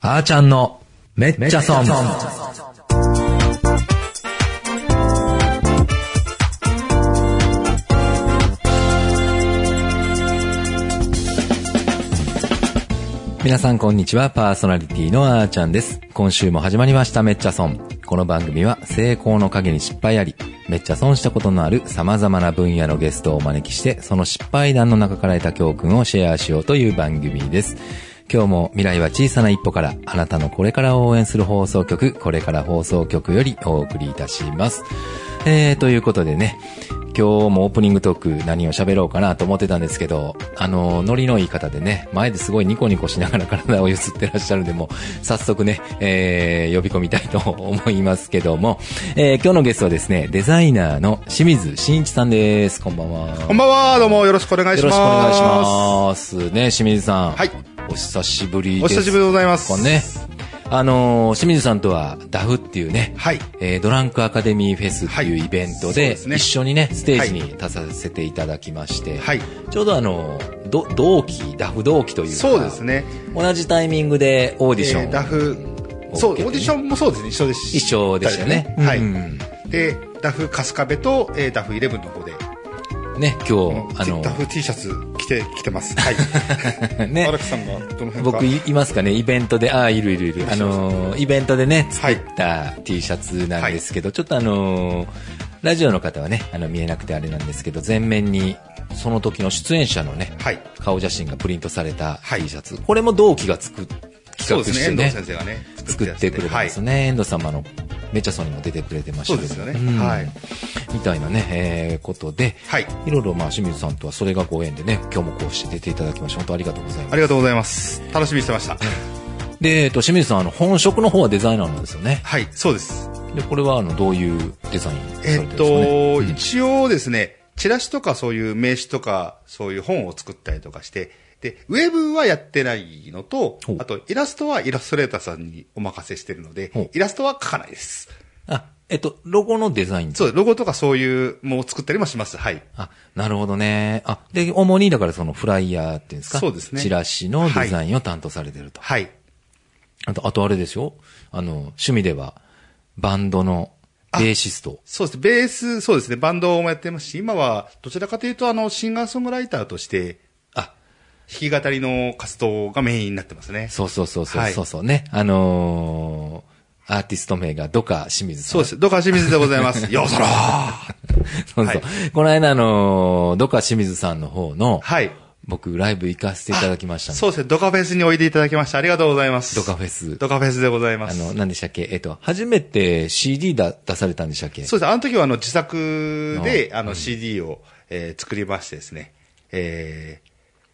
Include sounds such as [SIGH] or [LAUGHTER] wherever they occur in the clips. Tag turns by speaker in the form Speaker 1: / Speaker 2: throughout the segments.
Speaker 1: あーちゃんのめっちゃ損。皆さんこんにちは、パーソナリティのあーちゃんです。今週も始まりました、めっちゃ損。この番組は成功の陰に失敗あり、めっちゃ損したことのある様々な分野のゲストをお招きして、その失敗談の中から得た教訓をシェアしようという番組です。今日も未来は小さな一歩から、あなたのこれからを応援する放送局、これから放送局よりお送りいたします。えー、ということでね、今日もオープニングトーク何を喋ろうかなと思ってたんですけど、あの、ノリのいい方でね、前ですごいニコニコしながら体を揺すってらっしゃるんで、もう早速ね、えー、呼び込みたいと思いますけども、えー、今日のゲストはですね、デザイナーの清水慎一さんです。こんばんは。
Speaker 2: こんばんは、どうもよろしくお願い
Speaker 1: よ
Speaker 2: し
Speaker 1: ろ
Speaker 2: ま
Speaker 1: し
Speaker 2: す。
Speaker 1: くお願いします。ね、清水さん。
Speaker 2: はい。
Speaker 1: お久しぶりです。
Speaker 2: お久しぶりでございます
Speaker 1: こんね。あのー清水さんとは、ダフっていうね、
Speaker 2: はい
Speaker 1: えードランクアカデミーフェスっていうイベント
Speaker 2: はいそう
Speaker 1: で、
Speaker 2: ですね
Speaker 1: 一緒にね、ステージに立たせていただきまして、
Speaker 2: はい
Speaker 1: ちょうどあのーど同期、ダフ同期というか、
Speaker 2: そうです。ね。
Speaker 1: 同じタイミングでオーディション。
Speaker 2: えーダフ、そう、オーディションもそうですね、一緒です
Speaker 1: 一緒でしたよね
Speaker 2: はい。
Speaker 1: うん
Speaker 2: で、ダフ春日部と、えーダフイレブンの方で、
Speaker 1: ね、今日、あの
Speaker 2: ダフ T シャツ着て、着
Speaker 1: [LAUGHS]
Speaker 2: てます。はい。
Speaker 1: ーね
Speaker 2: 荒木さんがどの辺か
Speaker 1: 僕。いいますかね、イベントで、ああ、いるいるいる。あのーイベントでね、作
Speaker 2: はい
Speaker 1: った T シャツなんですけど、ちょっとあのーラジオの方はね、あの、見えなくてあれなんですけど、前面に、その時の出演者のね、
Speaker 2: はい
Speaker 1: 顔写真がプリントされた
Speaker 2: はい
Speaker 1: T シャツ。これも同期が作っ、
Speaker 2: そ
Speaker 1: 企画
Speaker 2: うで
Speaker 1: し
Speaker 2: す
Speaker 1: て
Speaker 2: ね、
Speaker 1: ね
Speaker 2: 遠、藤先生がね、
Speaker 1: 作ってくれたん
Speaker 2: は
Speaker 1: で
Speaker 2: い
Speaker 1: す。ね。遠藤様の、めちゃそうにも出てくれてましたけど。
Speaker 2: そうですよね
Speaker 1: ん
Speaker 2: はい
Speaker 1: みたいなね、えーことで、
Speaker 2: はい。
Speaker 1: いろいろまあ、清水さんとはそれがご縁でね、今日もこうして出ていただきまして、本当ありがとうございます
Speaker 2: あ。りがとうございます。楽しみにしてました。
Speaker 1: で、えっと、清水さん、あの、本職の方はデザイナーなんですよね。
Speaker 2: はい、そうです。
Speaker 1: で、これは、あの、どういうデザインされ
Speaker 2: え
Speaker 1: てるん
Speaker 2: っ
Speaker 1: ですかね。
Speaker 2: と、一応ですね、チラシとかそういう名刺とか、そういう本を作ったりとかして、で、ウェブはやってないのと
Speaker 1: ほう、
Speaker 2: あとイラストはイラストレーターさんにお任せしてるの
Speaker 1: ほう
Speaker 2: で、イラストは書かないです。
Speaker 1: あ、えっと、ロゴのデザイン。
Speaker 2: そう、ロゴとかそういうもう作ったりもします。はい。
Speaker 1: あ、なるほどね。あ、で、主に、だからそのフライヤーっていうんですか。
Speaker 2: そうですね
Speaker 1: チラシのデザインを担当されてると。
Speaker 2: はい。
Speaker 1: あと、あとあれですよ。あの、趣味では、バンドのベーシスト。
Speaker 2: そうです。ベース、そうですね、バンドもやってますし、今はどちらかというと、あの、シンガーソングライターとして、
Speaker 1: あ、
Speaker 2: 弾き語りの活動がメインになってますね。
Speaker 1: そうそうそうそう、
Speaker 2: はい
Speaker 1: そうそうね。あのーアーティスト名がドカ清水さん。
Speaker 2: そうです。どうか清水でござ
Speaker 1: [LAUGHS]
Speaker 2: います。ようそろー
Speaker 1: そうそう。この間、あのー、どか清水さんの方の、
Speaker 2: はい。
Speaker 1: 僕、ライブ行かせていただきましたね
Speaker 2: そうですね、ドカフェスにおいでいただきました。ありがとうございます。
Speaker 1: ドカフェス
Speaker 2: ドカフェスでございま
Speaker 1: あ
Speaker 2: す。
Speaker 1: の、何でしたっけえっと、初めて CD だ出されたんでしたっけ
Speaker 2: そうですね、あの時はあの自作で、あの CD を、えー作りましてですね、えー、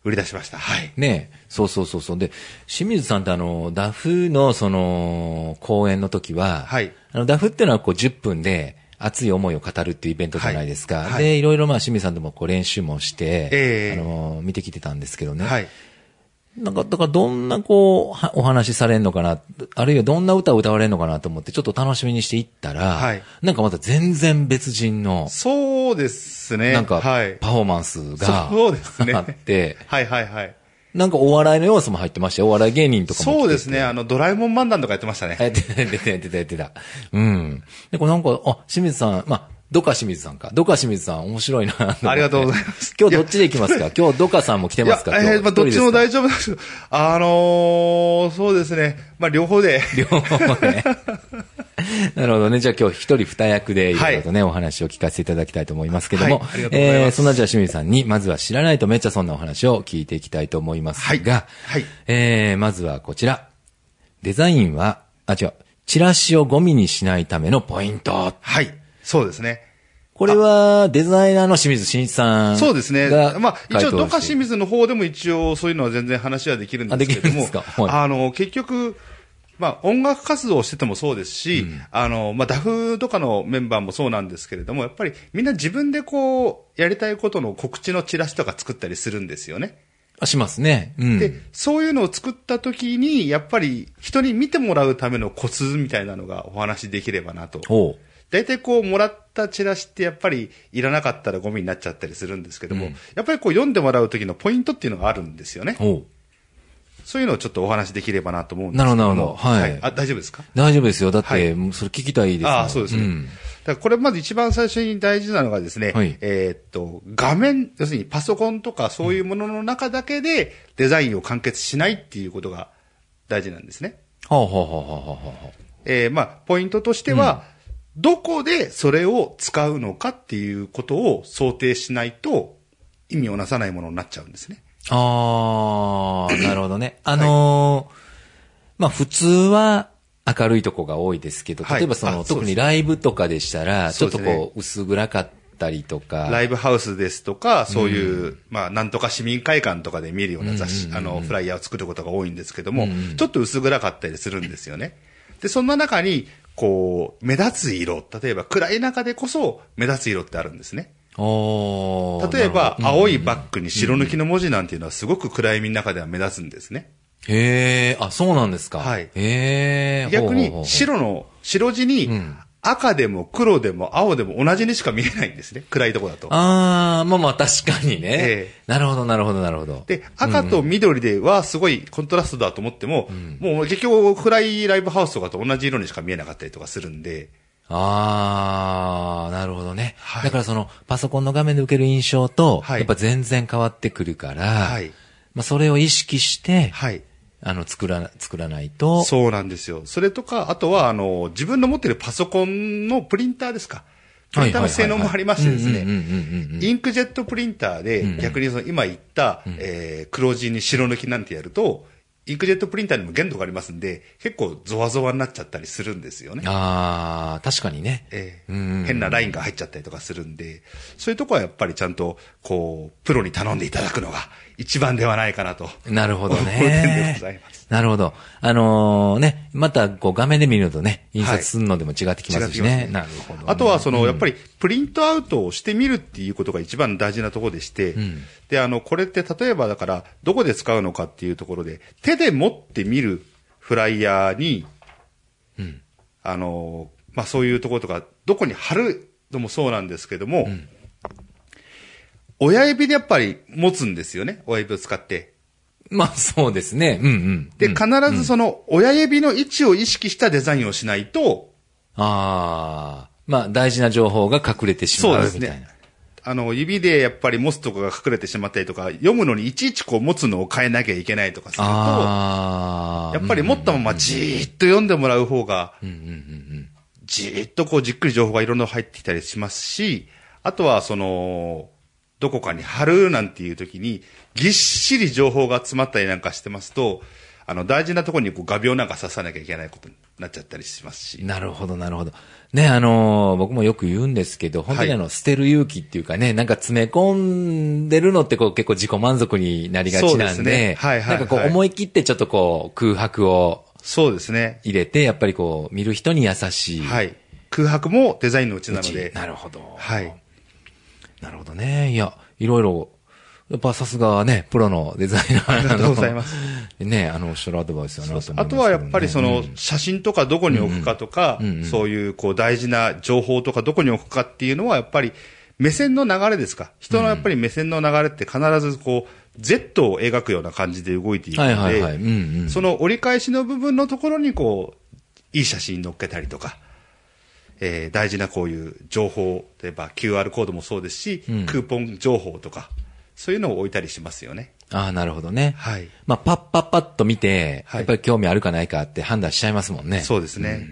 Speaker 2: 売り出しました。はい。
Speaker 1: ねえそうそうそうそう。で、清水さんってあの、ダフのその、公演の時は、
Speaker 2: はい
Speaker 1: あの、ダフってのはこう10分で熱い思いを語るっていうイベントじゃないですか。
Speaker 2: はいはい
Speaker 1: で、いろいろまあ清水さんともこう練習もして、
Speaker 2: ええ
Speaker 1: あの、見てきてたんですけどね。
Speaker 2: はい。
Speaker 1: なんか、だからどんなこう、はお話しされんのかな、あるいはどんな歌を歌われるのかなと思ってちょっと楽しみにしていったら、
Speaker 2: はい
Speaker 1: なんかまた全然別人の、
Speaker 2: そうですね。
Speaker 1: なんか、
Speaker 2: はい。
Speaker 1: パフォーマンスが、
Speaker 2: そうですね。
Speaker 1: あって、
Speaker 2: はいはいはい。
Speaker 1: なんかお笑いの要素も入ってましたよ。お笑い芸人とかも。
Speaker 2: そうですね、あの、ドラえもん漫談とかやってましたね。
Speaker 1: え。出てた、出てた、出てた、出てた。うん。で、これなんか、あ、清水さん、まあ、どか清水さんか。どか清水さん、面白いな。
Speaker 2: ありがとうございます。
Speaker 1: 今日どっちで行きますか今日どかさんも来て
Speaker 2: い
Speaker 1: ま
Speaker 2: や
Speaker 1: すか、今
Speaker 2: え
Speaker 1: 日
Speaker 2: ーまあ、どっちも
Speaker 1: 一
Speaker 2: 大丈夫なんですけど、あのー、そうですね、まあ、両方で。
Speaker 1: 人ですか両方ね。なるほどね。じゃあ今日一人二役でいろいろとね、お話を聞かせていただきたいと思いますけども。
Speaker 2: はいありがとうございます
Speaker 1: えーそんなじゃあ清水さんに、まずは知らないとめっちゃそんなお話を聞いていきたいと思いますが、
Speaker 2: はいはい
Speaker 1: えーまずはこちら。デザインは、あ、違う。チラシをゴミにしないためのポイント。
Speaker 2: はい。そうですね。
Speaker 1: これは、デザイナーの清水慎一さんが。
Speaker 2: そうですね。まあ、一応、ドカ
Speaker 1: 水。
Speaker 2: 清水の方でも一応、そういうのは全然話はできるんですけれど
Speaker 1: あで
Speaker 2: も
Speaker 1: きるんですか、はい
Speaker 2: あの、結局、まあ、音楽活動をしててもそうですし、あの、まあ、ダフとかのメンバーもそうなんですけれども、やっぱりみんな自分でこう、やりたいことの告知のチラシとか作ったりするんですよね。
Speaker 1: あ、しますね。うん。
Speaker 2: で、そういうのを作った時に、やっぱり人に見てもらうためのコツみたいなのがお話しできればなと。
Speaker 1: ほう。
Speaker 2: 大体こう、もらったチラシってやっぱりいらなかったらゴミになっちゃったりするんですけども、やっぱりこう読んでもらう時のポイントっていうのがあるんですよね。
Speaker 1: ほう。
Speaker 2: そういうのをちょっとお話できればなと思うんです
Speaker 1: な
Speaker 2: け
Speaker 1: るほど
Speaker 2: ども。
Speaker 1: なるほどはい
Speaker 2: あ、大丈夫ですか
Speaker 1: 大丈夫ですよ。だっ
Speaker 2: は
Speaker 1: て、
Speaker 2: い
Speaker 1: もうそれ聞きたいですもん。
Speaker 2: ああ、そうですね。
Speaker 1: ん
Speaker 2: だからこれまず一番最初に大事なのがですね、
Speaker 1: はい
Speaker 2: えーっと、画面、要するにパソコンとかそういうものの中だけでデザインを完結しないっていうことが大事なんですね。
Speaker 1: はあ、はあはあはあはあは
Speaker 2: えーまあ、ポイントとしては、どこでそれを使うのかっていうことを想定しないと意味をなさないものになっちゃうんですね。
Speaker 1: あ。ああ、なるほどね。あのーまあ普通は明るいとこが多いですけど、
Speaker 2: はい
Speaker 1: 例えばその、
Speaker 2: あそう
Speaker 1: 特
Speaker 2: です
Speaker 1: にライブとかでしたら、ち
Speaker 2: そ
Speaker 1: ょ
Speaker 2: う
Speaker 1: っと
Speaker 2: ですね
Speaker 1: こう、薄暗かったりとか。
Speaker 2: ライブハウスですとか、そういう、まあ、なんとか市民会館とかで見るような雑誌、あの、フライヤーを作ることが多いんですけども、ちょっと薄暗かったりするんですよね。で、そんな中に、こう、目立つ色、例えば暗い中でこそ目立つ色ってあるんですね。
Speaker 1: おー
Speaker 2: 例え
Speaker 1: なる
Speaker 2: ば、青いバックに白抜きの文字なんていうのはすごく暗闇の中では目立つんですね。
Speaker 1: ほどへえ、あ、そうなんですか。
Speaker 2: はい
Speaker 1: へえ。
Speaker 2: 逆
Speaker 1: ほうほうほ
Speaker 2: に
Speaker 1: う
Speaker 2: 白の、白地に赤でも黒でも青でも同じにしか見えないんですね。暗いとこだと。
Speaker 1: ああ、まあまあ確かにね。
Speaker 2: ええ
Speaker 1: なるほど、なるほど、なるほど。
Speaker 2: で、赤と緑ではすごいコントラストだと思っても、もう結局暗いライブハウスとかと同じ色にしか見えなかったりとかするんで、
Speaker 1: ああ、なるほどね、
Speaker 2: はい
Speaker 1: だからその、パソコンの画面で受ける印象と、
Speaker 2: はい
Speaker 1: やっぱ全然変わってくるから、
Speaker 2: はい
Speaker 1: まあそれを意識して、
Speaker 2: はい。
Speaker 1: あの、作らな、作らないと、
Speaker 2: そうなんですよ。それとか、あとは、あの、自分の持ってるパソコンのプリンターですか。プリンターの性能もありましてです
Speaker 1: はいはいはいはいうんうんうんうんうん
Speaker 2: ね、インクジェットプリンターで、逆にその今言った、えー黒字に白抜きなんてやると、インクジェットプリンターにも限度がありますんで、結構ゾワゾワになっちゃったりするんですよね。
Speaker 1: ああ、確かにね。
Speaker 2: ええ
Speaker 1: うんうんうん
Speaker 2: 変なラインが入っちゃったりとかするんで、そういうとこはやっぱりちゃんと、こう、プロに頼んでいただくのが一番ではないかなと。
Speaker 1: なるほど
Speaker 2: こういう点で
Speaker 1: ね
Speaker 2: ございます。
Speaker 1: なるほど。あのーね、またこう画面で見るとね、印刷するのでも違ってきますしね。
Speaker 2: 違ってき
Speaker 1: な
Speaker 2: ま
Speaker 1: るほど、ね。
Speaker 2: あとは、その、やっぱり、プリントアウトをしてみるっていうことが一番大事なところでして、で、あの、これって例えばだから、どこで使うのかっていうところで、手で持ってみるフライヤーに、あの、まあ、そういうところとか、どこに貼るのもそうなんですけども、親指でやっぱり持つんですよね、親指を使って。
Speaker 1: まあそうですね。うんうん。
Speaker 2: で、必ずその親指の位置を意識したデザインをしないと、
Speaker 1: ああ、まあ大事な情報が隠れてしまうみたいな。
Speaker 2: あの、指でやっぱり持つとかが隠れてしまったりとか、読むのにいちいちこう持つのを変えなきゃいけないとかすると、
Speaker 1: ああ、
Speaker 2: やっぱり持ったままじーっと読んでもらう方が、じーっとこうじっくり情報がいろんなの入ってきたりしますし、あとはその、どこかに貼るなんていう時に、ぎっしり情報が詰まったりなんかしてますと、あの、大事なところにこう画鋲なんか刺さなきゃいけないことになっちゃったりしますし。
Speaker 1: なるほど、なるほど。ね、あのー僕もよく言うんですけど、本当にあの、捨てる勇気っていうかね、なんか詰め込んでるのってこう結構自己満足になりがち
Speaker 2: そう
Speaker 1: な
Speaker 2: です
Speaker 1: ん
Speaker 2: ね
Speaker 1: で、
Speaker 2: はいはいはい
Speaker 1: なんかこう思い切ってちょっとこう空白を
Speaker 2: そうですね。
Speaker 1: 入れて、やっぱりこう見る人に優しい。
Speaker 2: はい。空白もデザインのうちなの
Speaker 1: うち
Speaker 2: で。
Speaker 1: なるほど。
Speaker 2: はい。
Speaker 1: なるほどね。いや、いろいろ、やっぱさすがね、プロのデザイナー
Speaker 2: ありがとうございます。
Speaker 1: あの [LAUGHS] ね、あの、おっしゃるアドバイスだなと思いますけどね、
Speaker 2: あとはやっぱりその写真とかどこに置くかとか、そういうこう大事な情報とかどこに置くかっていうのはやっぱり目線の流れですか。人のやっぱり目線の流れって必ずこう Z を描くような感じで動いていく
Speaker 1: はい
Speaker 2: の
Speaker 1: はいはいうんう
Speaker 2: で、
Speaker 1: ん
Speaker 2: その折り返しの部分のところにこう、いい写真載っけたりとか、えー大事なこういう情報、例えば QR コードもそうですし、クーポン情報とか、そういうのを置いたりしますよね。
Speaker 1: ああ、なるほどね。
Speaker 2: はい
Speaker 1: まあ、パッパッパッと見て、
Speaker 2: はい
Speaker 1: やっぱり興味あるかないかって判断しちゃいますもんね。
Speaker 2: そうですね。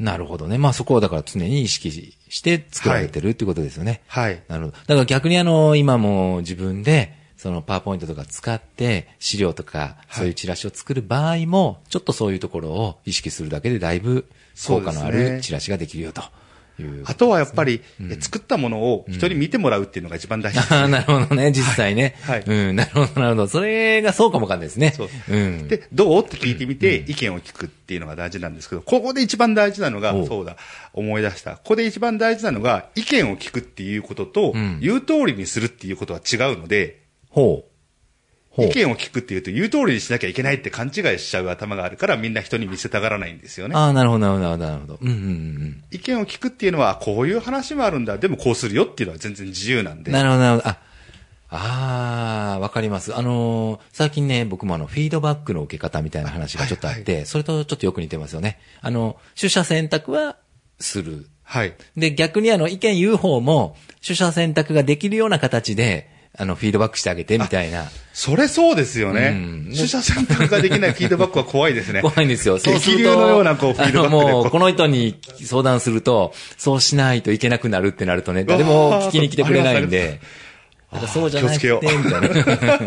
Speaker 1: なるほどね。まあ、そこをだから常に意識して作られてるってことですよね。
Speaker 2: はい。
Speaker 1: なるほど。だから逆にあの、今も自分で、そのパワーポイントとか使って、資料とか、そういうチラシを作る場合も、ちょっとそういうところを意識するだけでだいぶ効果のあ
Speaker 2: そうです
Speaker 1: る
Speaker 2: ね
Speaker 1: チラシができるよという。 [LAUGHS]
Speaker 2: あとはやっぱり、え作ったものを人に見てもらうっていうのが一番大事ですね、
Speaker 1: あなるほどね、実際ね。
Speaker 2: はいは
Speaker 1: うん、なるほど、なるほど。それがそうかもわかんないですね。
Speaker 2: そう
Speaker 1: うん。
Speaker 2: で、どうって聞いてみて、意見を聞くっていうのが大事なんですけど、ここで一番大事なのが
Speaker 1: おう、
Speaker 2: そうだ、思い出した。ここで一番大事なのが、意見を聞くっていうことと、言う通りにするっていうことは違うので、
Speaker 1: ほう。ほう
Speaker 2: 意。見を聞くっていうと、言う通りにしなきゃいけないって勘違いしちゃう頭があるから、みんな人に見せたがらないんですよね。
Speaker 1: ああ、なるほど、なるほど、なるほど。うん、うん、うん。
Speaker 2: 意見を聞くっていうのは、こういう話もあるんだ、でもこうするよっていうのは全然自由なんで。
Speaker 1: なるほど、なるほど。あ、ああ、わかります。あのー最近ね、僕もあの、フィードバックの受け方みたいな話がちょっとあって、それとちょっとよく似てますよね。あの、取捨選択はする。
Speaker 2: はい。
Speaker 1: で、逆にあの、意見言う方も、取捨選択ができるような形で、あの、フィードバックしてあげてみたいな。
Speaker 2: それそうですよね。
Speaker 1: うん
Speaker 2: 取捨選択ができないフィードバックは怖いですね。
Speaker 1: [LAUGHS] 怖いんですよ。そうすると
Speaker 2: 激流のようなこうフィードバック
Speaker 1: あ
Speaker 2: でこ
Speaker 1: のも
Speaker 2: う
Speaker 1: う、この人に相談すると、そうしないといけなくなるってなるとね、誰
Speaker 2: あ
Speaker 1: も
Speaker 2: ー
Speaker 1: 聞きに来てくれないん
Speaker 2: あり
Speaker 1: で、なんかそうじゃなくて、
Speaker 2: 気を
Speaker 1: み
Speaker 2: つけよう
Speaker 1: たい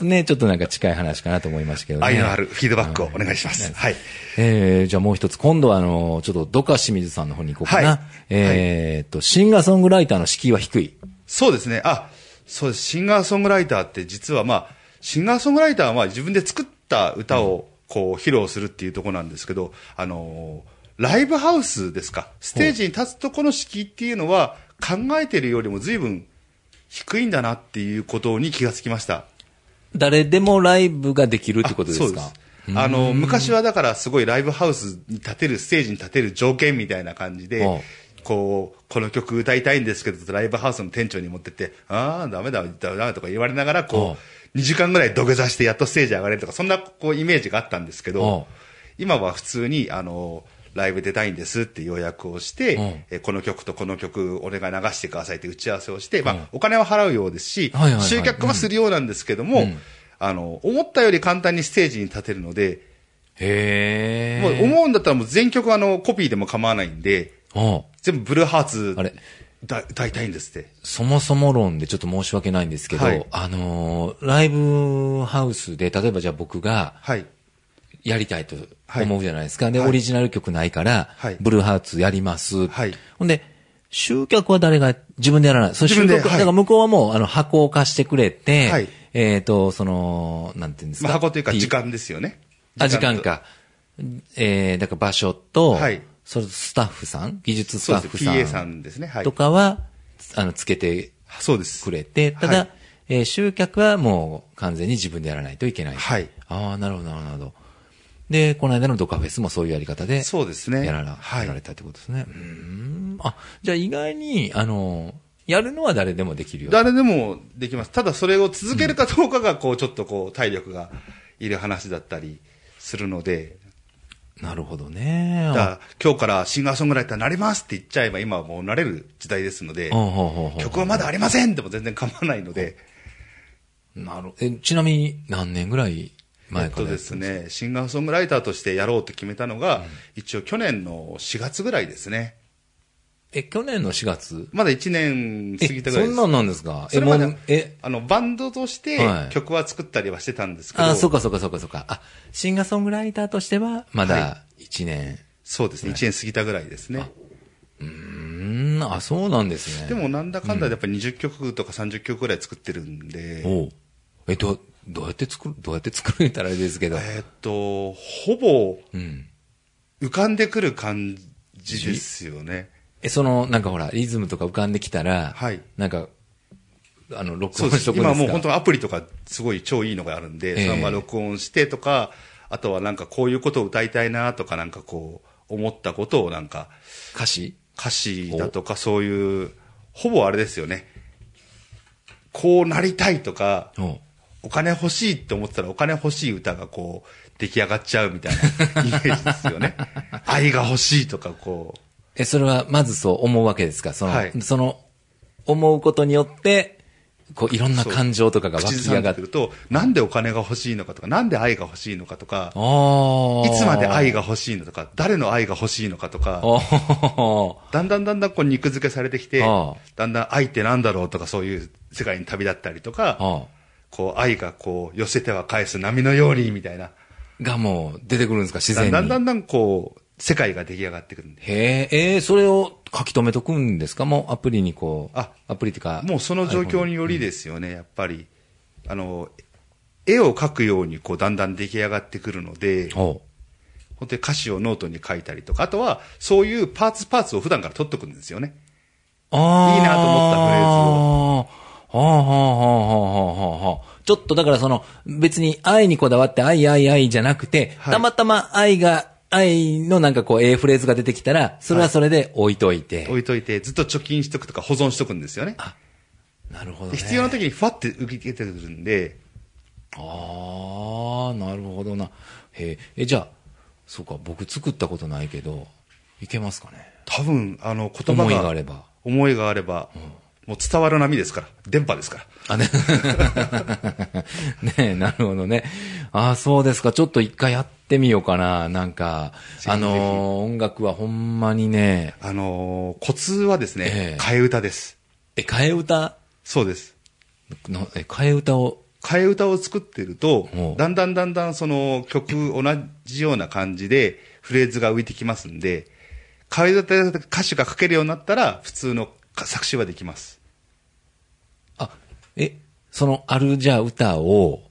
Speaker 1: な。ね、ちょっとなんか近い話かなと思いましたけどね。
Speaker 2: 愛のあるフィードバックをお願いします。はい。
Speaker 1: えー、じゃあもう一つ、今度はあの、ちょっと、どか清水さんの方に行こうかな。
Speaker 2: はい
Speaker 1: えーっと、シンガーソングライターの敷居は低い。
Speaker 2: そうですね。あ、そうです。シンガーソングライターって実はまあ、シンガーソングライターはまあ自分で作った歌をこう披露するっていうところなんですけど、あのーライブハウスですか。ステージに立つとこの敷居っていうのは考えてるよりも随分低いんだなっていうことに気がつきました。
Speaker 1: 誰でもライブができるってことですか
Speaker 2: そうです。あの、昔はだからすごいライブハウスに立てる、ステージに立てる条件みたいな感じ
Speaker 1: うん
Speaker 2: で、こう、この曲歌いたいんですけど、ライブハウスの店長に持ってって、ああ、ダメだ、ダメだとか言われながら、こう、2時間ぐらい土下座してやっとステージ上がれるとか、そんなこうイメージがあったんですけど、今は普通に、あの、ライブ出たいんですって予約をして、
Speaker 1: うん
Speaker 2: えこの曲とこの曲お願い流してくださいって打ち合わせをして、まあ、お金は払うようですし、
Speaker 1: はいはいはい
Speaker 2: 集客はするようなんですけども、あの、思ったより簡単にステージに立てるので、
Speaker 1: へ
Speaker 2: もう
Speaker 1: ー。
Speaker 2: 思うんだったらもう全曲あの、コピーでも構わないんで、
Speaker 1: もうん。
Speaker 2: 全部ブルーハーツ、
Speaker 1: あれ
Speaker 2: だ歌いたいんですって。
Speaker 1: そもそも論でちょっと申し訳ないんですけど、
Speaker 2: はい
Speaker 1: あのーライブハウスで、例えばじゃあ僕が
Speaker 2: はい。
Speaker 1: やりたいと
Speaker 2: はい
Speaker 1: 思うじゃないですか。で、
Speaker 2: はい
Speaker 1: オリジナル曲ないから、
Speaker 2: はい
Speaker 1: ブルーハーツやります。
Speaker 2: はい
Speaker 1: ほんで、集客は誰が、自分でやらない。そう
Speaker 2: 自分で
Speaker 1: 集客
Speaker 2: はい
Speaker 1: だから向こうはもう、あの、箱を貸してくれて、
Speaker 2: はい
Speaker 1: えっ、と、その、なんていうんですか。
Speaker 2: まあ、箱というか
Speaker 1: P-
Speaker 2: 時間ですよね。
Speaker 1: あ、時間
Speaker 2: と。
Speaker 1: か。えー、だから場所と、
Speaker 2: はい
Speaker 1: それとスタッフさん、技術ス
Speaker 2: そ
Speaker 1: タ
Speaker 2: う
Speaker 1: ッ
Speaker 2: です。
Speaker 1: フ
Speaker 2: PA さんですね。はい
Speaker 1: と。かは、あの、つけて
Speaker 2: そうです
Speaker 1: く。れて、ただ、
Speaker 2: はい
Speaker 1: えー集客はもう完全に自分でやらないといけない。
Speaker 2: はい
Speaker 1: ああ、なるほど、なるほどなるほど。で、この間のドカフェスもそういうやり方で、
Speaker 2: そうですね。
Speaker 1: やらら、
Speaker 2: はい
Speaker 1: やられたってことですね。うーん。あ、じゃあ意外に、あの、やるのは誰でもできるよ。
Speaker 2: 誰でもできます。ただそれを続けるかどうかが、こう、ちょっとこう、体力がいる話だったりするので、
Speaker 1: なるほどね。
Speaker 2: だから今日からシンガーソングライターになりますって言っちゃえば、今はもうなれる時代ですので、
Speaker 1: うんほうほうほう
Speaker 2: 曲はまだありませんでも全然構わないので、
Speaker 1: なるえ、ちなみに何年ぐらい
Speaker 2: え
Speaker 1: 前
Speaker 2: っ
Speaker 1: から
Speaker 2: と
Speaker 1: や
Speaker 2: で
Speaker 1: って
Speaker 2: す
Speaker 1: るん
Speaker 2: ね、シンガーソングライターとしてやろうと決めたのが、一応去年の4月ぐらいですね。
Speaker 1: え、去年の4月
Speaker 2: まだ1年過ぎたぐらい
Speaker 1: えそん
Speaker 2: です
Speaker 1: な。んなんですか
Speaker 2: それまで
Speaker 1: もうえ、
Speaker 2: あの、バンドとして
Speaker 1: はい
Speaker 2: 曲は作ったりはしてたんですけど、
Speaker 1: あ、そうかそうかそうかそうか。あ、シンガーソングライターとしては、まだ
Speaker 2: は
Speaker 1: 1年。
Speaker 2: そうですね、1年過ぎたぐらいですね。
Speaker 1: うーん、あ、そうなんですね。
Speaker 2: でもなんだかんだでやっぱり20曲とか30曲ぐらい作ってるんで、
Speaker 1: おう、え、ど、どうやって作る、どうやって作るんやったらあれですけど。
Speaker 2: えーっと、ほぼ
Speaker 1: うん。
Speaker 2: 浮かんでくる感じですよね。
Speaker 1: え、その、なんかほら、リズムとか浮かんできたら、
Speaker 2: はい
Speaker 1: なんか、あの、録
Speaker 2: そう
Speaker 1: 音
Speaker 2: で
Speaker 1: し
Speaker 2: す。
Speaker 1: とくんですか
Speaker 2: 今もう本当アプリとかすごい超いいのがあるんで、
Speaker 1: ええ
Speaker 2: そのまま録音してとか、あとはなんかこういうことを歌いたいなとかなんかこう思ったことをなんか
Speaker 1: 歌詞
Speaker 2: 歌詞だとかそういう、ほぼあれですよね。こうなりたいとか、
Speaker 1: おう
Speaker 2: お金欲しいって思ってたらお金欲しい歌がこう出来上がっちゃうみたいな [LAUGHS] イメージです
Speaker 1: [LAUGHS]
Speaker 2: よね。愛が欲しいとかこう。
Speaker 1: え、それは、まずそう思うわけですかその、
Speaker 2: はい
Speaker 1: その、思うことによって、こう、いろんな
Speaker 2: そう
Speaker 1: 感情とかが湧
Speaker 2: 口
Speaker 1: き
Speaker 2: ずさ
Speaker 1: 上
Speaker 2: ん
Speaker 1: が
Speaker 2: で
Speaker 1: っ
Speaker 2: く
Speaker 1: て。
Speaker 2: ると、なんでお金が欲しいのかとか、なんで愛が欲しいのかとか、
Speaker 1: ああ。
Speaker 2: いつまで愛
Speaker 1: が。
Speaker 2: が欲しいのとか、誰の愛が欲しいのかとか、
Speaker 1: おー
Speaker 2: だんだんだんだんこう肉付けされてきて
Speaker 1: ああ、
Speaker 2: だんだん愛ってなんだろうとかそういう世界に旅立ったりとか、
Speaker 1: ああ
Speaker 2: こう愛がこう寄せては返す波のようにみたいな、
Speaker 1: がもう出てくるんですか自
Speaker 2: だ
Speaker 1: 然
Speaker 2: ん
Speaker 1: に。
Speaker 2: だんだんだんこう世界が出来上がってくるんで。
Speaker 1: へえ、えーそれを書き留めとくんですかもうアプリにこう。
Speaker 2: あ
Speaker 1: アプリっていうか。
Speaker 2: もうその状況によりですよね、やっぱり。あの、絵を描くようにこうだんだん出来上がってくるので、
Speaker 1: おう
Speaker 2: 本当に歌詞をノートに書いたりとか、あとはそういうパーツパーツを普段から取っとくんですよね。
Speaker 1: あー
Speaker 2: いいなと思ったフ
Speaker 1: はあ
Speaker 2: レーズ
Speaker 1: はあはあはあはあ。ちょっとだからその、別に愛にこだわって愛愛愛じゃなくて、
Speaker 2: はい
Speaker 1: たまたま愛が、愛のなんかこう、ええフレーズが出てきたら、それはそれで置いといて。
Speaker 2: 置いといて、ずっと貯金しとくとか保存しとくんですよね。
Speaker 1: なるほど、
Speaker 2: で
Speaker 1: ね。
Speaker 2: 必要な時にふわって受けてくるんで、
Speaker 1: ああ、なるほどな。へえ、え、じゃあ、そうか、僕作ったことないけど、いけますかね。
Speaker 2: 多分、あの、言葉
Speaker 1: 思い
Speaker 2: が、
Speaker 1: があれば。
Speaker 2: 思いがあれば、もう伝わる波ですから、電波ですから。
Speaker 1: あ、ね。 [LAUGHS] ねえ、なるほどね。ああ、そうですか。ちょっと一回やってみようかな。なんか、
Speaker 2: ひ
Speaker 1: あのー音楽はほんまにね、
Speaker 2: あのーコツはです
Speaker 1: ええ
Speaker 2: ね、替え歌です。
Speaker 1: え、替え歌
Speaker 2: そうです。
Speaker 1: の、え、替え歌を、
Speaker 2: 替え歌を作ってると
Speaker 1: おう、
Speaker 2: だんだんだんだんその曲同じような感じでフレーズが浮いてきますんで、替え歌で歌手が書けるようになったら普通の作詞はできます。
Speaker 1: あ、え、そのあるじゃあ歌を、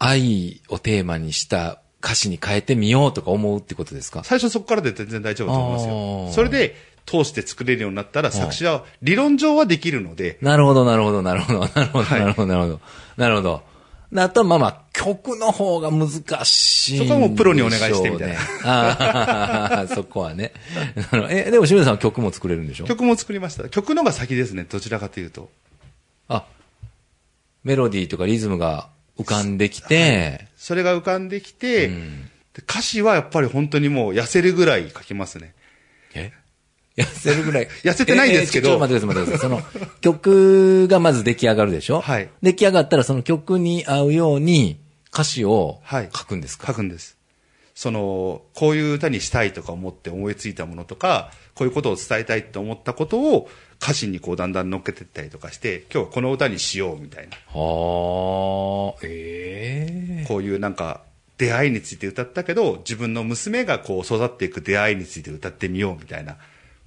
Speaker 1: 愛をテーマにした歌詞に変えてみようとか思うってことですか
Speaker 2: 最初そこからで全然大丈夫だと思います
Speaker 1: あー
Speaker 2: よ。それで通して作れるようになったら作詞は理論上はできるので、
Speaker 1: なるほど、なるほど、なるほど、なるほど、
Speaker 2: はい
Speaker 1: なるほど、なるほど。なるほど。であとは、まあまあ、曲の方が難しいんでしょね。
Speaker 2: そこはもうプロにお願いしてみたいな
Speaker 1: あ [LAUGHS] あ、そこはね。なるほどえ、でも清水さんは曲も作れるんでしょ
Speaker 2: 曲も作りました。曲のが先ですね、どちらかというと。
Speaker 1: あ、メロディーとかリズムが浮かんできて、
Speaker 2: それが浮かんできて、
Speaker 1: うん
Speaker 2: で歌詞はやっぱり本当にもう痩せるぐらい書きますね。
Speaker 1: え痩せるぐらい。
Speaker 2: [LAUGHS] 痩せてないですけど
Speaker 1: ええちょっと待ってください、待ってください。その、曲がまず出来上がるでしょ
Speaker 2: はい
Speaker 1: 出来上がったら、その曲に合うように歌詞を書
Speaker 2: はい
Speaker 1: くんですか、
Speaker 2: 書くんです。その、こういう歌にしたいとか思って思いついたものとか、こういうことを伝えたいと思ったことを歌詞にこうだんだん乗っけていったりとかして、今日はこの歌にしようみたいな、
Speaker 1: はあ、ええ
Speaker 2: こういうなんか、出会いについて歌ったけど、自分の娘がこう育っていく出会いについて歌ってみようみたいな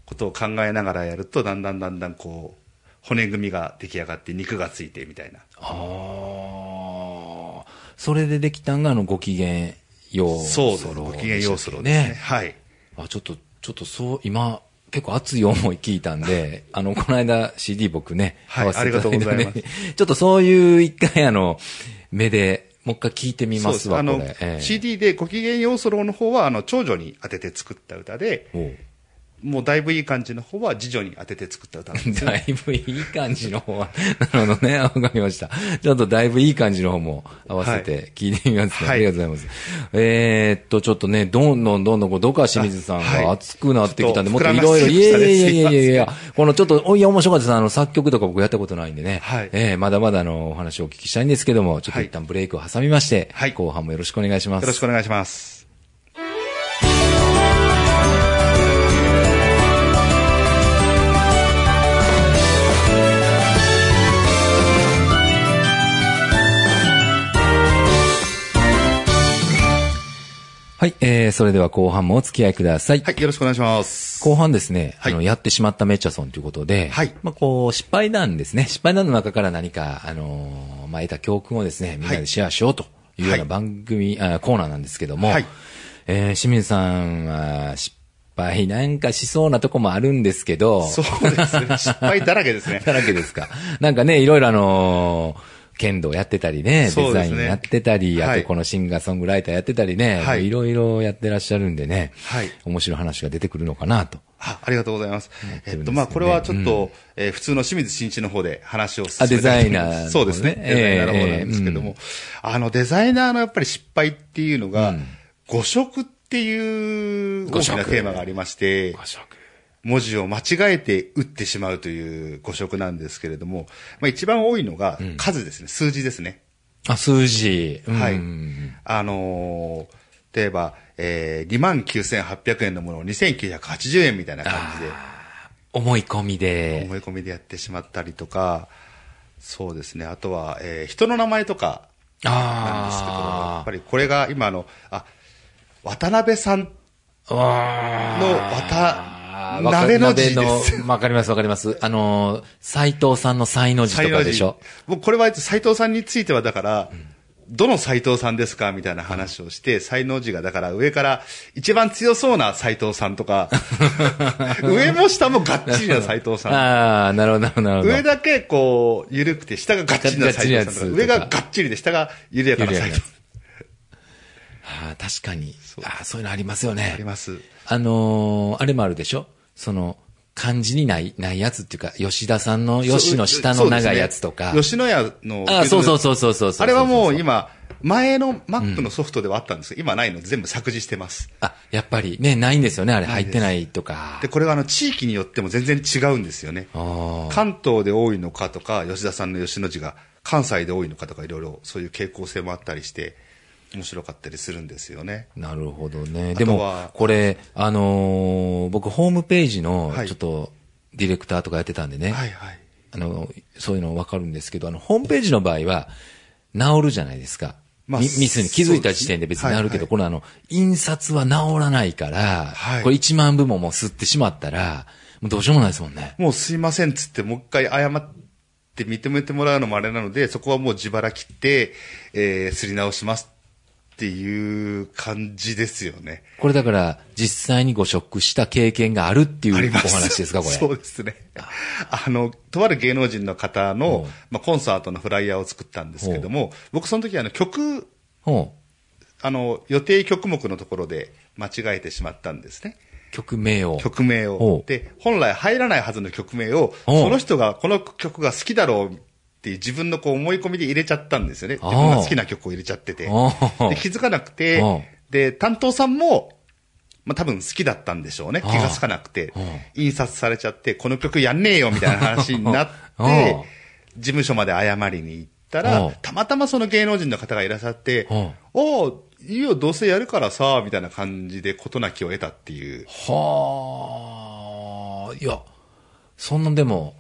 Speaker 2: ことを考えながらやると、だんだんだんだんこう、骨組みが出来上がって肉がついてみたいな。
Speaker 1: ああ。それでできたんが、あの、ご機嫌よう
Speaker 2: そうです
Speaker 1: ソロ
Speaker 2: ご機嫌要素ですね。
Speaker 1: ね。
Speaker 2: はい。
Speaker 1: あ、ちょっと、ちょっとそう、今、結構熱い思い聞いたん [LAUGHS] で、あの、この間 CD 僕ね、
Speaker 2: は
Speaker 1: 買わ
Speaker 2: い
Speaker 1: せてただたんで
Speaker 2: ありがとうござい
Speaker 1: ちょっとそういう一回、あの、目で、もう一回聞いてみ
Speaker 2: そう
Speaker 1: ま
Speaker 2: ですす
Speaker 1: わ、
Speaker 2: あ
Speaker 1: こ
Speaker 2: の
Speaker 1: れ。ええ
Speaker 2: CD でご機嫌要素郎の方はあの長女に当てて作った歌で、
Speaker 1: おう
Speaker 2: もうだいぶいい感じの方は次女に当てて作った歌なん [LAUGHS] です
Speaker 1: [LAUGHS]
Speaker 2: よ
Speaker 1: だいぶいい感じの方は、なるほどね、 [LAUGHS] わかりました。ちょっとだいぶいい感じの方も合わせて聞いてみますね。
Speaker 2: はい
Speaker 1: ありがとうございます。えーっと、ちょっとね、どんどんどんどん、こう、どか清水さん
Speaker 2: はい
Speaker 1: が熱くなってきたんで、
Speaker 2: ち
Speaker 1: も
Speaker 2: ょ
Speaker 1: っ
Speaker 2: っ
Speaker 1: と
Speaker 2: と膨ら
Speaker 1: い
Speaker 2: ませ
Speaker 1: ろいろ、
Speaker 2: て
Speaker 1: い
Speaker 2: き
Speaker 1: やい
Speaker 2: た
Speaker 1: や
Speaker 2: ね
Speaker 1: いやいやいやい
Speaker 2: すいま
Speaker 1: や、このちょっと、おいや、面白かったです。あの、作曲とか僕やったことないんでね。
Speaker 2: はい
Speaker 1: えーまだまだあの、お話をお聞きしたいんですけども、ちょっと一旦ブレイクを挟みまして、
Speaker 2: はい
Speaker 1: 後半もよろしくお願いします。
Speaker 2: ろしくお願いします。
Speaker 1: はい、えー、それでは後半もお付き合いください。
Speaker 2: はい、よろしくお願いします。
Speaker 1: 後半ですね、
Speaker 2: はい
Speaker 1: あの、やってしまったメッチャソンということで、
Speaker 2: はい
Speaker 1: まあ、こう、失敗談ですね。失敗談の中から何か、あのーまあ、得た教訓をですね、みんなでシェアしようというよう
Speaker 2: は
Speaker 1: ない番組、あコーナーなんですけども、
Speaker 2: はい
Speaker 1: えー清水さんは失敗なんかしそうなとこもあるんですけど、
Speaker 2: そうですね。失敗だらけですね。
Speaker 1: だらけですか。なんかね、いろいろあのー剣道やってたりね、
Speaker 2: そ
Speaker 1: デ
Speaker 2: うで
Speaker 1: ザ
Speaker 2: す
Speaker 1: イ
Speaker 2: ね
Speaker 1: ンやってたり、あ
Speaker 2: は
Speaker 1: と
Speaker 2: い
Speaker 1: このシンガーソングライターやってたりね、
Speaker 2: はい
Speaker 1: いろいろやってらっしゃるんでね、
Speaker 2: はい
Speaker 1: 面白い話が出てくるのかなと。
Speaker 2: あありがとうございます。
Speaker 1: てるん
Speaker 2: え
Speaker 1: ですよね
Speaker 2: っと、まあ、これはちょっと、えー普通の清水新一の方で話を進
Speaker 1: あ
Speaker 2: めたいと思い
Speaker 1: デザイ
Speaker 2: ます
Speaker 1: ナーのね
Speaker 2: [LAUGHS] そうですね。デザイナーの方
Speaker 1: ええ
Speaker 2: なんですけども、あの、デザイナーのやっぱり失敗っていうのが、誤色っていう大きなテーマがありまして、文字を間違えて打ってしまうという誤色なんですけれども、まあ、一番多いのが数ですね、数字ですね。
Speaker 1: あ、数字。うん
Speaker 2: はい。あのー例えば、えー、29,800円のものを2,980円みたいな感じで、
Speaker 1: 思い込みで。
Speaker 2: 思い込みでやってしまったりとか、そうですね。あとは、えー人の名前とかなんですけど、や
Speaker 1: あ
Speaker 2: っぱりこれが今あの、あ、渡辺さん
Speaker 1: あ。わ
Speaker 2: の
Speaker 1: あ
Speaker 2: 渡、
Speaker 1: わか
Speaker 2: 鍋の字です。
Speaker 1: 鍋の [LAUGHS] わかりますわかります。あのー、斎藤さんの才の字とかで
Speaker 2: [LAUGHS]
Speaker 1: しょ。
Speaker 2: もうこれは斎藤さんについてはだから、どの斎藤さんですかみたいな話をして、才能寺がだから上から一番強そうな斎藤さん
Speaker 1: [LAUGHS]
Speaker 2: とか、上も下もがっちりな斎藤さん。
Speaker 1: ああ、なるほど、なるほどなるほど。
Speaker 2: 上だけこう、緩くて、下ががっちりな斎藤さん
Speaker 1: がっちり
Speaker 2: とか、上
Speaker 1: なやつとか
Speaker 2: ががっちりで、下が緩やかな斎藤さん。
Speaker 1: あー確かに。あーそういうのありますよね。
Speaker 2: あります。
Speaker 1: あのーあれもあるでしょその、感じにない、ないやつっていうか、吉田さんの吉の下の長いやつとか。
Speaker 2: そうですね吉野家の。
Speaker 1: あそうそうそうそうそうそう。
Speaker 2: あれはもう、今、前の Mac のソフトではあったんですけど、今ないので全部削除してます。
Speaker 1: あ、やっぱりね、ないんですよね、あれ
Speaker 2: な
Speaker 1: 入
Speaker 2: い
Speaker 1: っ
Speaker 2: で
Speaker 1: て
Speaker 2: す
Speaker 1: ないとか
Speaker 2: で、。これはあの、地域によっても全然違うんですよね。
Speaker 1: あー
Speaker 2: 関東で多いのかとか、吉田さんの吉の字が関西で多いのかとか、いろいろそういう傾向性もあったりして、面白かったりするんですよね。
Speaker 1: なるほどね。
Speaker 2: あ
Speaker 1: で
Speaker 2: と
Speaker 1: も
Speaker 2: は、
Speaker 1: これ、あのー僕、ホームページの
Speaker 2: は、い
Speaker 1: ちょっと、ディレクターとかやってたんでね、
Speaker 2: はいはい。
Speaker 1: あの、そういうのわかるんですけど、あの、ホームページの場合は、治るじゃないですか。
Speaker 2: まあ
Speaker 1: ミミスに気づいた時点で別に
Speaker 2: そう
Speaker 1: な
Speaker 2: です
Speaker 1: る
Speaker 2: ね
Speaker 1: けど、
Speaker 2: はいはい
Speaker 1: このあの、印刷は治らないから、
Speaker 2: はい
Speaker 1: これ1万部ももう吸ってしまったら、もうどうしようもないですもんね。
Speaker 2: もうすいませんっつって、もう一回謝って認めてもらうのもあれなので、そこはもう自腹切って、えー、すり直しますっていう感じですよね。
Speaker 1: これだから、実際にご食した経験があるっていうお
Speaker 2: あります。
Speaker 1: 話ですか、これ。
Speaker 2: [LAUGHS] そうですね。あの、とある芸能人の方の、まあ、コンサートのフライヤーを作ったんですけども、僕その時あの曲、
Speaker 1: ほ
Speaker 2: あの、予定曲目のところで間違えてしまったんですね。
Speaker 1: う曲名を。
Speaker 2: 曲名
Speaker 1: おう
Speaker 2: を。で、本来入らないはずの曲名を、
Speaker 1: おう
Speaker 2: その人がこの曲が好きだろうっていう自分のこう思い込みで入れちゃったんですよね。
Speaker 1: ああ
Speaker 2: 自分が好きな曲を入れちゃってて。で
Speaker 1: おう
Speaker 2: 気づかなく
Speaker 1: おう
Speaker 2: て、で、担当さんも、まあ、多分好きだったんでしょうね。
Speaker 1: ああ
Speaker 2: 気がつかなくて
Speaker 1: おう、
Speaker 2: 印刷されちゃって、この曲やんねえよみたいな話になっ
Speaker 1: おう
Speaker 2: て、事務所まで謝りに行った
Speaker 1: お
Speaker 2: ら
Speaker 1: う、
Speaker 2: たまたまその芸能人の方がいらっしゃって
Speaker 1: おう、
Speaker 2: おういいよ、どうせやるからさ、みたいな感じで事なきを得たっていう。
Speaker 1: はあ、いや、そんなでも、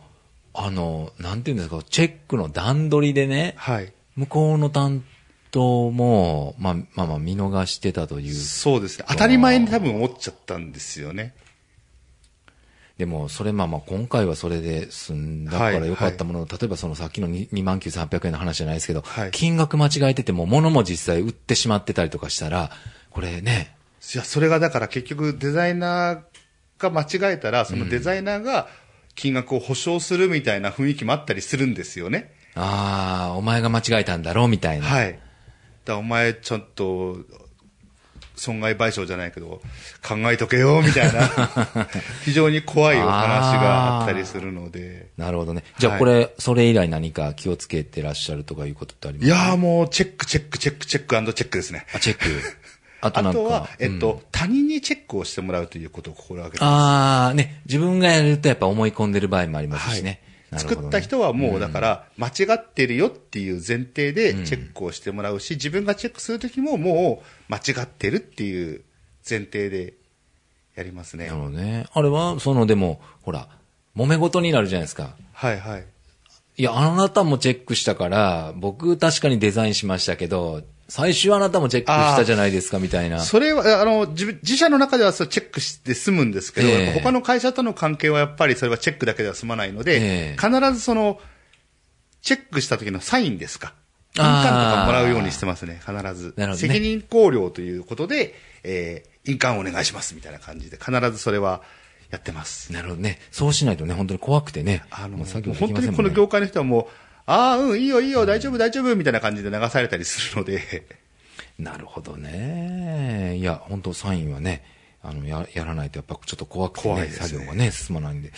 Speaker 1: あの、なんていうんですか、チェックの段取りでね、
Speaker 2: はい。
Speaker 1: 向こうの担当も、まあまあまあ見逃してたという。
Speaker 2: そうですね。当たり前に多分思っちゃったんですよね。
Speaker 1: でも、それまあまあ今回はそれで済んだから
Speaker 2: はい
Speaker 1: よかったものの、例えばそのさっきの2万9800円の話じゃないですけど、
Speaker 2: はい
Speaker 1: 金額間違えてても物も実際売ってしまってたりとかしたら、これね、
Speaker 2: いや、それがだから結局デザイナーが間違えたら、そのデザイナーが金額を保証するみたいな雰囲気もあったりするんですよね。
Speaker 1: ああ、お前が間違えたんだろうみたいな。
Speaker 2: はい。だからお前ちょっと、損害賠償じゃないけど、考えとけよ、みたいな、
Speaker 1: [LAUGHS]
Speaker 2: 非常に怖いお話があったりするので。
Speaker 1: なるほどね。じゃあ
Speaker 2: はい
Speaker 1: これ、それ以来何か気をつけてらっしゃるとかいうことってあります
Speaker 2: いやーもう、チェック、チェック、チェック、チェック、チェックですね。
Speaker 1: あ、チェッ
Speaker 2: [LAUGHS]
Speaker 1: ク。あと
Speaker 2: あ
Speaker 1: なんか。
Speaker 2: とは、えっと、他人にチェックをしてもらうということを心がけてます。
Speaker 1: ああ、ね、自分がやるとやっぱ思い込んでる場合もありますしね。なるほど
Speaker 2: 作
Speaker 1: ね
Speaker 2: った人はもうだから、間違ってるよっていう前提でチェックをしてもらうし、自分がチェックするときももう間違ってるっていう前提でやりますね
Speaker 1: な。るほどね。あれは、その、でも、ほら、揉め事になるじゃないですか。
Speaker 2: はいはい。
Speaker 1: いや、あなたもチェックしたから、僕確かにデザインしましたけど、最終あなたもチェックしたじゃないですか、みたいな。
Speaker 2: それは、あの、自分自社の中ではそうチェックして済むんですけど、
Speaker 1: ええ
Speaker 2: やっぱ他の会社との関係はやっぱりそれはチェックだけでは済まないの
Speaker 1: ええ
Speaker 2: で、必ずその、チェックした時のサインですか。印
Speaker 1: あー
Speaker 2: 鑑とかもらうようにしてますね、必ず。
Speaker 1: なるほどね
Speaker 2: 責任考慮ということで、えー印鑑お願いしますみたいな感じで、必ずそれはやってます。
Speaker 1: なるほどね。そうしないとね、本当に怖くてね。
Speaker 2: あの、
Speaker 1: もう作業でき
Speaker 2: 本当
Speaker 1: ません
Speaker 2: に
Speaker 1: も
Speaker 2: こ
Speaker 1: んね
Speaker 2: の業界の人はもう、ああ、うん、いいよ、いいよ、大丈夫、大丈夫、みたいな感じで流されたりするので、
Speaker 1: なるほどね。いや、本当サインはね、あの、や、やらないとやっぱちょっと怖くてね、
Speaker 2: 怖いですね
Speaker 1: 作業がね、進まないんで。
Speaker 2: い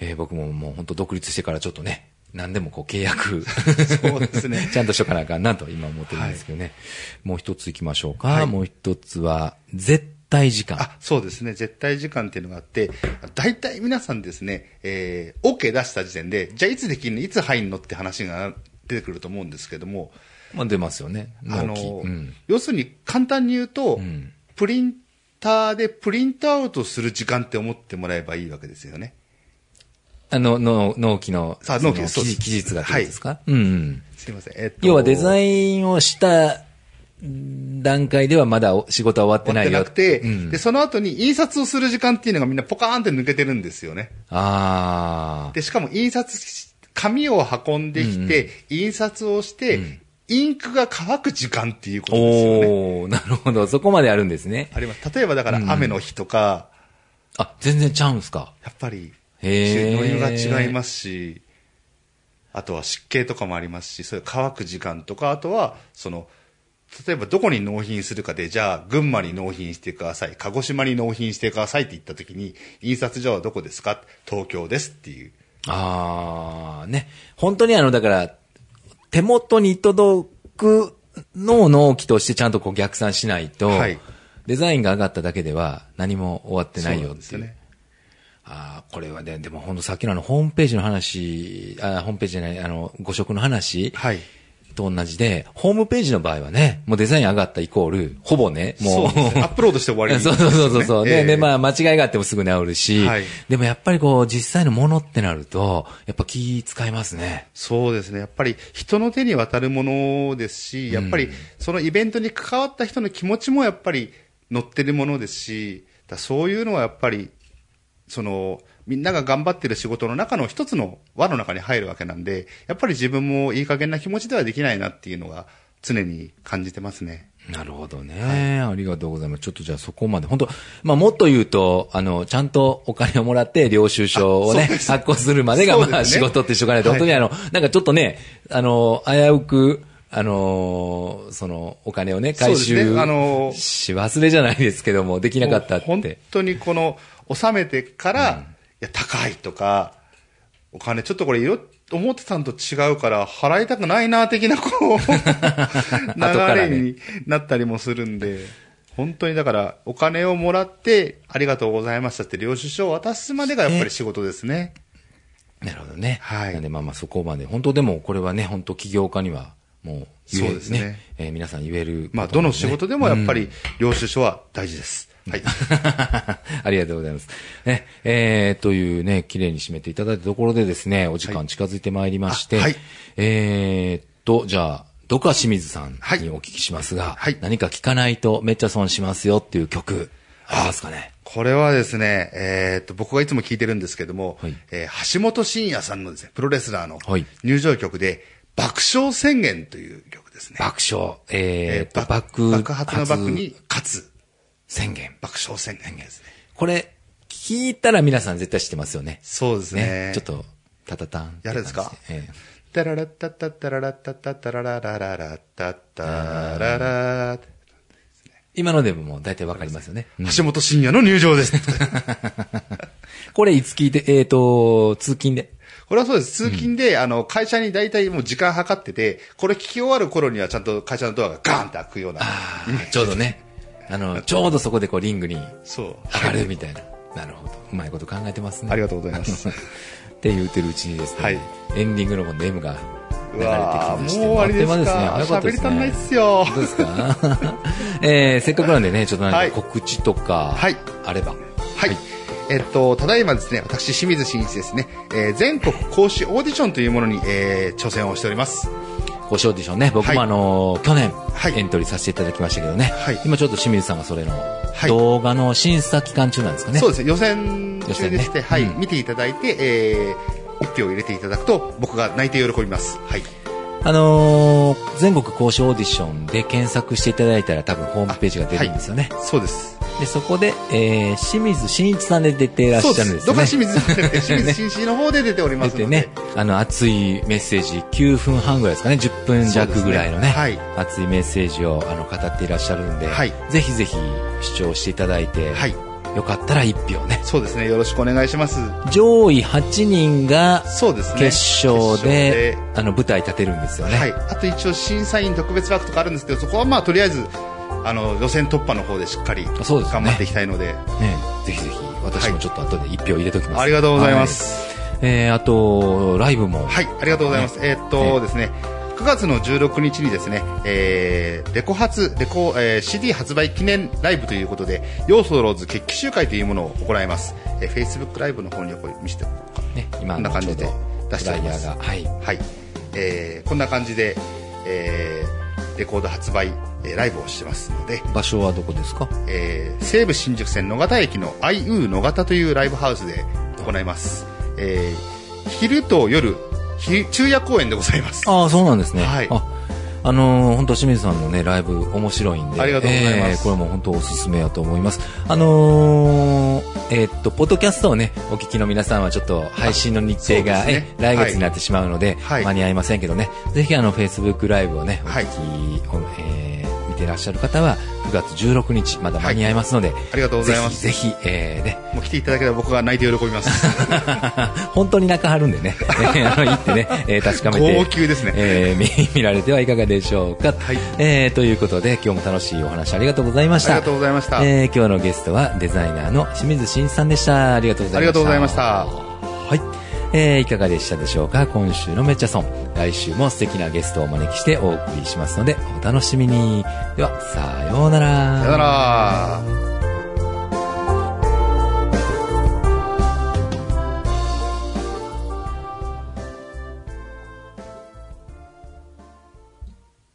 Speaker 1: えー僕ももう本当独立してからちょっとね、何でもこう契約、
Speaker 2: [LAUGHS] そうです
Speaker 1: [LAUGHS]
Speaker 2: ね
Speaker 1: ちゃんとしとかなあかんなと今思ってるんですけどね。もう一つ行きましょうか。
Speaker 2: はい
Speaker 1: もう一つは、絶対時間。
Speaker 2: あ、そうですね。絶対時間っていうのがあって、大体皆さんですね、えー、OK 出した時点で、じゃあいつできるのいつ入んのって話が出てくると思うんですけども、
Speaker 1: まあ出ますよね。
Speaker 2: あ
Speaker 1: 納
Speaker 2: の
Speaker 1: 期、うん。
Speaker 2: 要するに簡単に言うと、
Speaker 1: ん
Speaker 2: プリンターでプリントアウトする時間って思ってもらえばいいわけですよね。
Speaker 1: あの、の納期の、
Speaker 2: さあ納期です
Speaker 1: その期日期日がってことですか、うんうん。
Speaker 2: すいません。えっと、
Speaker 1: 要はデザ
Speaker 2: ン
Speaker 1: インをした段階ではまだお仕事は終わって
Speaker 2: 持
Speaker 1: な
Speaker 2: っ
Speaker 1: い
Speaker 2: て
Speaker 1: よ。
Speaker 2: なくて、
Speaker 1: うん
Speaker 2: で、その後に印刷をする時間っていうのがみんなポカーンって抜けてるんですよね。
Speaker 1: ああ。
Speaker 2: で、しかも印刷し、紙を運んできて、印刷をして、インクが乾く時間っていうことですよね。
Speaker 1: おおなるほど。そこまであるんですね。
Speaker 2: あります。例えばだから雨の日とか、
Speaker 1: あ、全然ちゃうんすか。
Speaker 2: やっぱり、
Speaker 1: へー
Speaker 2: ノリが違いますし、あとは湿気とかもありますし、そういう乾く時間とか、あとは、その、例えばどこに納品するかで、じゃあ、群馬に納品してください。鹿児島に納品してくださいって言った時に、印刷所はどこですか東京ですっていう。
Speaker 1: ああ、ね。本当にあの、だから、手元に届くのを納期としてちゃんとこう逆算しないと、
Speaker 2: はい
Speaker 1: デザインが上がっただけでは何も終わってないよ
Speaker 2: そう
Speaker 1: っ
Speaker 2: んで
Speaker 1: て
Speaker 2: す
Speaker 1: いう。
Speaker 2: よね。
Speaker 1: ああ、これはね、でも本当さっきのあの、ホームページの話、あーホームページじゃない、あの、誤植の話、
Speaker 2: はい。
Speaker 1: と同じで、ホームページの場合はね、もうデザイン上がったイコール、ほぼね、もう、
Speaker 2: そうですねアップロードして終わ
Speaker 1: [LAUGHS]
Speaker 2: り
Speaker 1: そうそうそうそう。
Speaker 2: ですよね
Speaker 1: で、で、
Speaker 2: ええ
Speaker 1: まあ、間違いがあってもすぐ治るし、
Speaker 2: はい
Speaker 1: でもやっぱりこう、実際のものってなると、やっぱ気使いますね。
Speaker 2: そうですね。やっぱり人の手に渡るものですし、やっぱりそのイベントに関わった人の気持ちもやっぱり乗ってるものですし、だそういうのはやっぱり、その、みんなが頑張ってる仕事の中の一つの輪の中に入るわけなんで、やっぱり自分もいい加減な気持ちではできないなっていうのが常に感じてますね。
Speaker 1: なるほどね、ありがとうございます。ちょっとじゃあそこまで、本当まあもっと言うと、あの、ちゃんとお金をもらって領収書をね、発行するまでが、
Speaker 2: そうですね
Speaker 1: まあ仕事ってしょうがないと、
Speaker 2: はい
Speaker 1: 本当にあの、なんかちょっとね、あの、危うく、あのその、お金をね、回
Speaker 2: そうです
Speaker 1: 収
Speaker 2: ねあの
Speaker 1: し忘れじゃないですけども、できなかったっ
Speaker 2: もう
Speaker 1: て
Speaker 2: 本。当にこの、納めてから、いや、高いとか、お金ちょっとこれ色、思ってたんと違うから、払いたくないな、的な、
Speaker 1: [LAUGHS]
Speaker 2: こう、
Speaker 1: ら
Speaker 2: 流
Speaker 1: ね
Speaker 2: れになったりもするんで、本当にだから、お金をもらって、ありがとうございましたって、領収書を渡すまでがやっぱり仕事ですね。
Speaker 1: なるほどね。
Speaker 2: はい
Speaker 1: なんでまあまあそこまで、本当でもこれはね、本当起業家には、もう言え、
Speaker 2: そうですね
Speaker 1: えー皆さん言えること
Speaker 2: ま
Speaker 1: な
Speaker 2: あ、
Speaker 1: んでね、
Speaker 2: どの仕事でもやっぱり、領収書は大事です。はい。
Speaker 1: [LAUGHS] ありがとうございます。ね、えー、というね、綺麗に締めていただいたところでですね、お時間近づいてまいりまして、
Speaker 2: あはい
Speaker 1: えーっと、じゃあ、どか清水さん
Speaker 2: はい
Speaker 1: にお聞きしますが、
Speaker 2: はい
Speaker 1: 何か聞かないとめっちゃ損しますよっていう曲、ありますかね
Speaker 2: これはですね、えーっと、僕がいつも聞いてるんですけども、
Speaker 1: はい
Speaker 2: えー橋本真也さんのですね、プロレスラーの
Speaker 1: はい
Speaker 2: 入場曲で、爆笑宣言という曲ですね。
Speaker 1: 爆笑、えー、っと、
Speaker 2: 爆
Speaker 1: 爆
Speaker 2: 爆発の爆に勝つ、
Speaker 1: 宣言。
Speaker 2: 爆笑宣言ですね。
Speaker 1: これ、聞いたら皆さん絶対知ってますよね。
Speaker 2: そうですね。
Speaker 1: ね、ちょっと、タタタンって
Speaker 2: やるんですか
Speaker 1: 感じええ
Speaker 2: タララッタッタッタララッタッタッタラララララッタッタララー
Speaker 1: 今のでももう大体わかりますよね。うん
Speaker 2: 橋本真也の入場です。
Speaker 1: これいつ聞いて、えーっと、通勤で。
Speaker 2: これはそうです。通勤で、あの、会社に大体もう時間計ってて、これ聞き終わる頃にはちゃんと会社のドアがガーンって開くような。
Speaker 1: あーちょうどね。あ
Speaker 2: [LAUGHS]
Speaker 1: の、ちょうどそこでこうリングに
Speaker 2: そう。
Speaker 1: 上がるみたいな。なるほど。うまいこと考えてますね。
Speaker 2: ありがとうござ
Speaker 1: [LAUGHS]
Speaker 2: います。
Speaker 1: って言ってるうちにですね、
Speaker 2: はい
Speaker 1: エンディングの方の M が流れてき
Speaker 2: わ
Speaker 1: ま
Speaker 2: ー
Speaker 1: して、
Speaker 2: もう終わりですか
Speaker 1: あっという間ですね。
Speaker 2: 喋り足んないっす
Speaker 1: よ。
Speaker 2: よ。
Speaker 1: 本当ですか [LAUGHS] えー、せっかくなんでね、ちょっと
Speaker 2: は
Speaker 1: なん
Speaker 2: い
Speaker 1: か告知とか、
Speaker 2: はい
Speaker 1: あれば。
Speaker 2: はい。えっと、ただいまですね、私、清水真一ですね、えー全国講師オーディションというものに、えー挑戦をしております。
Speaker 1: ご賞でしょうね。僕
Speaker 2: はい
Speaker 1: もあのー去年、
Speaker 2: はい
Speaker 1: エントリーさせていただきましたけどね。
Speaker 2: はい
Speaker 1: 今ちょっと清水さんがそれの
Speaker 2: い
Speaker 1: 動画の審査期間中なんですかね。
Speaker 2: そう
Speaker 1: う
Speaker 2: ですね、予選中でして、
Speaker 1: 予選ね
Speaker 2: はい、
Speaker 1: うん
Speaker 2: 見ていただいて、えー、1票を入れていただくと、僕が泣いて喜びます。はい。
Speaker 1: あのー全国講師オーディションで検索していただいたら多分ホームページが出るんですよね。
Speaker 2: そうです。
Speaker 1: で、そこで、えー、清水真一さんで出ていらっしゃる
Speaker 2: そうで。
Speaker 1: んですす
Speaker 2: ど
Speaker 1: よ
Speaker 2: か
Speaker 1: ね。
Speaker 2: 清水さん
Speaker 1: [LAUGHS]
Speaker 2: で清水真一の方で出ておりま
Speaker 1: 出
Speaker 2: すので。
Speaker 1: てね、あの、熱いメッセージ、9分半ぐらいですかね、10分弱ぐらいのね、
Speaker 2: そうですね
Speaker 1: 熱いメッセージをあの語っていらっしゃるんで、
Speaker 2: はい
Speaker 1: ぜひぜひ視聴していただいて、
Speaker 2: はい。
Speaker 1: よかったら1票ね。
Speaker 2: そうですね、よろしくお願いします。
Speaker 1: 上位8人が
Speaker 2: そうですね。
Speaker 1: 決勝で、
Speaker 2: 決勝
Speaker 1: あの、舞台立てるんですよね。
Speaker 2: はい、あと一応審査員特別枠とかあるんですけどそこはまあとりあえずあの予選突破の方でしっかり頑
Speaker 1: そうですね
Speaker 2: 張っていきたいので
Speaker 1: ね、ぜひぜひ、私もちょっと後で1票入れときます。
Speaker 2: ありがとうございます
Speaker 1: はい。えー、あと、ライブも、
Speaker 2: はい、ありがとうございます、えーっと
Speaker 1: ね
Speaker 2: ですね9月の16日にですね、えーレコ発、レコ、えー CD 発売記念ライブということで、ヨーソローズ決起集会というものを行います。えー Facebook ライブの方にこれ見せておこうか。
Speaker 1: ね、今、
Speaker 2: こんな感じで
Speaker 1: ちょうど
Speaker 2: 出しております
Speaker 1: フライヤーが、はい。
Speaker 2: はい、えーこんな感じで、えーレコード発売、えーライブをしてますので、
Speaker 1: 場所はどこですか
Speaker 2: えー西武新宿線野方駅の IU 野方というライブハウスで行います、えー昼と夜昼昼夜公演でございます
Speaker 1: ああ、そうなんですね。
Speaker 2: はい
Speaker 1: あ、あのー本当清水さんのね、ライブ面白いんで。
Speaker 2: ありがとうございます
Speaker 1: これも本当おすすめやと思います。あのーえーっと、ポッドキャストをね、お聞きの皆さんはちょっと配信の日程
Speaker 2: あ
Speaker 1: が、
Speaker 2: そうですね
Speaker 1: え来月になってしまうので、
Speaker 2: はい
Speaker 1: 間に合いませんけどね、ぜひあの、Facebook ライブをね、お
Speaker 2: はい
Speaker 1: 聞き、おえーていらっしゃる方は、9月16日、まだ間に合いますので、
Speaker 2: ありがとうございます
Speaker 1: ぜひ、ぜひ、えー、ね、
Speaker 2: もう来ていただければ僕が泣いて喜びます。
Speaker 1: [LAUGHS] 本当に中張るんで
Speaker 2: [LAUGHS]
Speaker 1: ね、えーあの行ってね、えー確かめて、
Speaker 2: 号泣ですね
Speaker 1: えー見 [LAUGHS] 見られてはいかがでしょうか、
Speaker 2: はい
Speaker 1: えーということで、今日も楽しいお話ありがとうございました。
Speaker 2: ありがとうございました
Speaker 1: えー今日のゲストはデザイナーの清水慎一さんでした。ありがとうございました。
Speaker 2: ありがとうございました
Speaker 1: はい。えーいかがでしたでしょうか今週のめっちゃソン。来週も素敵なゲストをお招きしてお送りしますので、お楽しみに。では、さようなら。
Speaker 2: さよなら。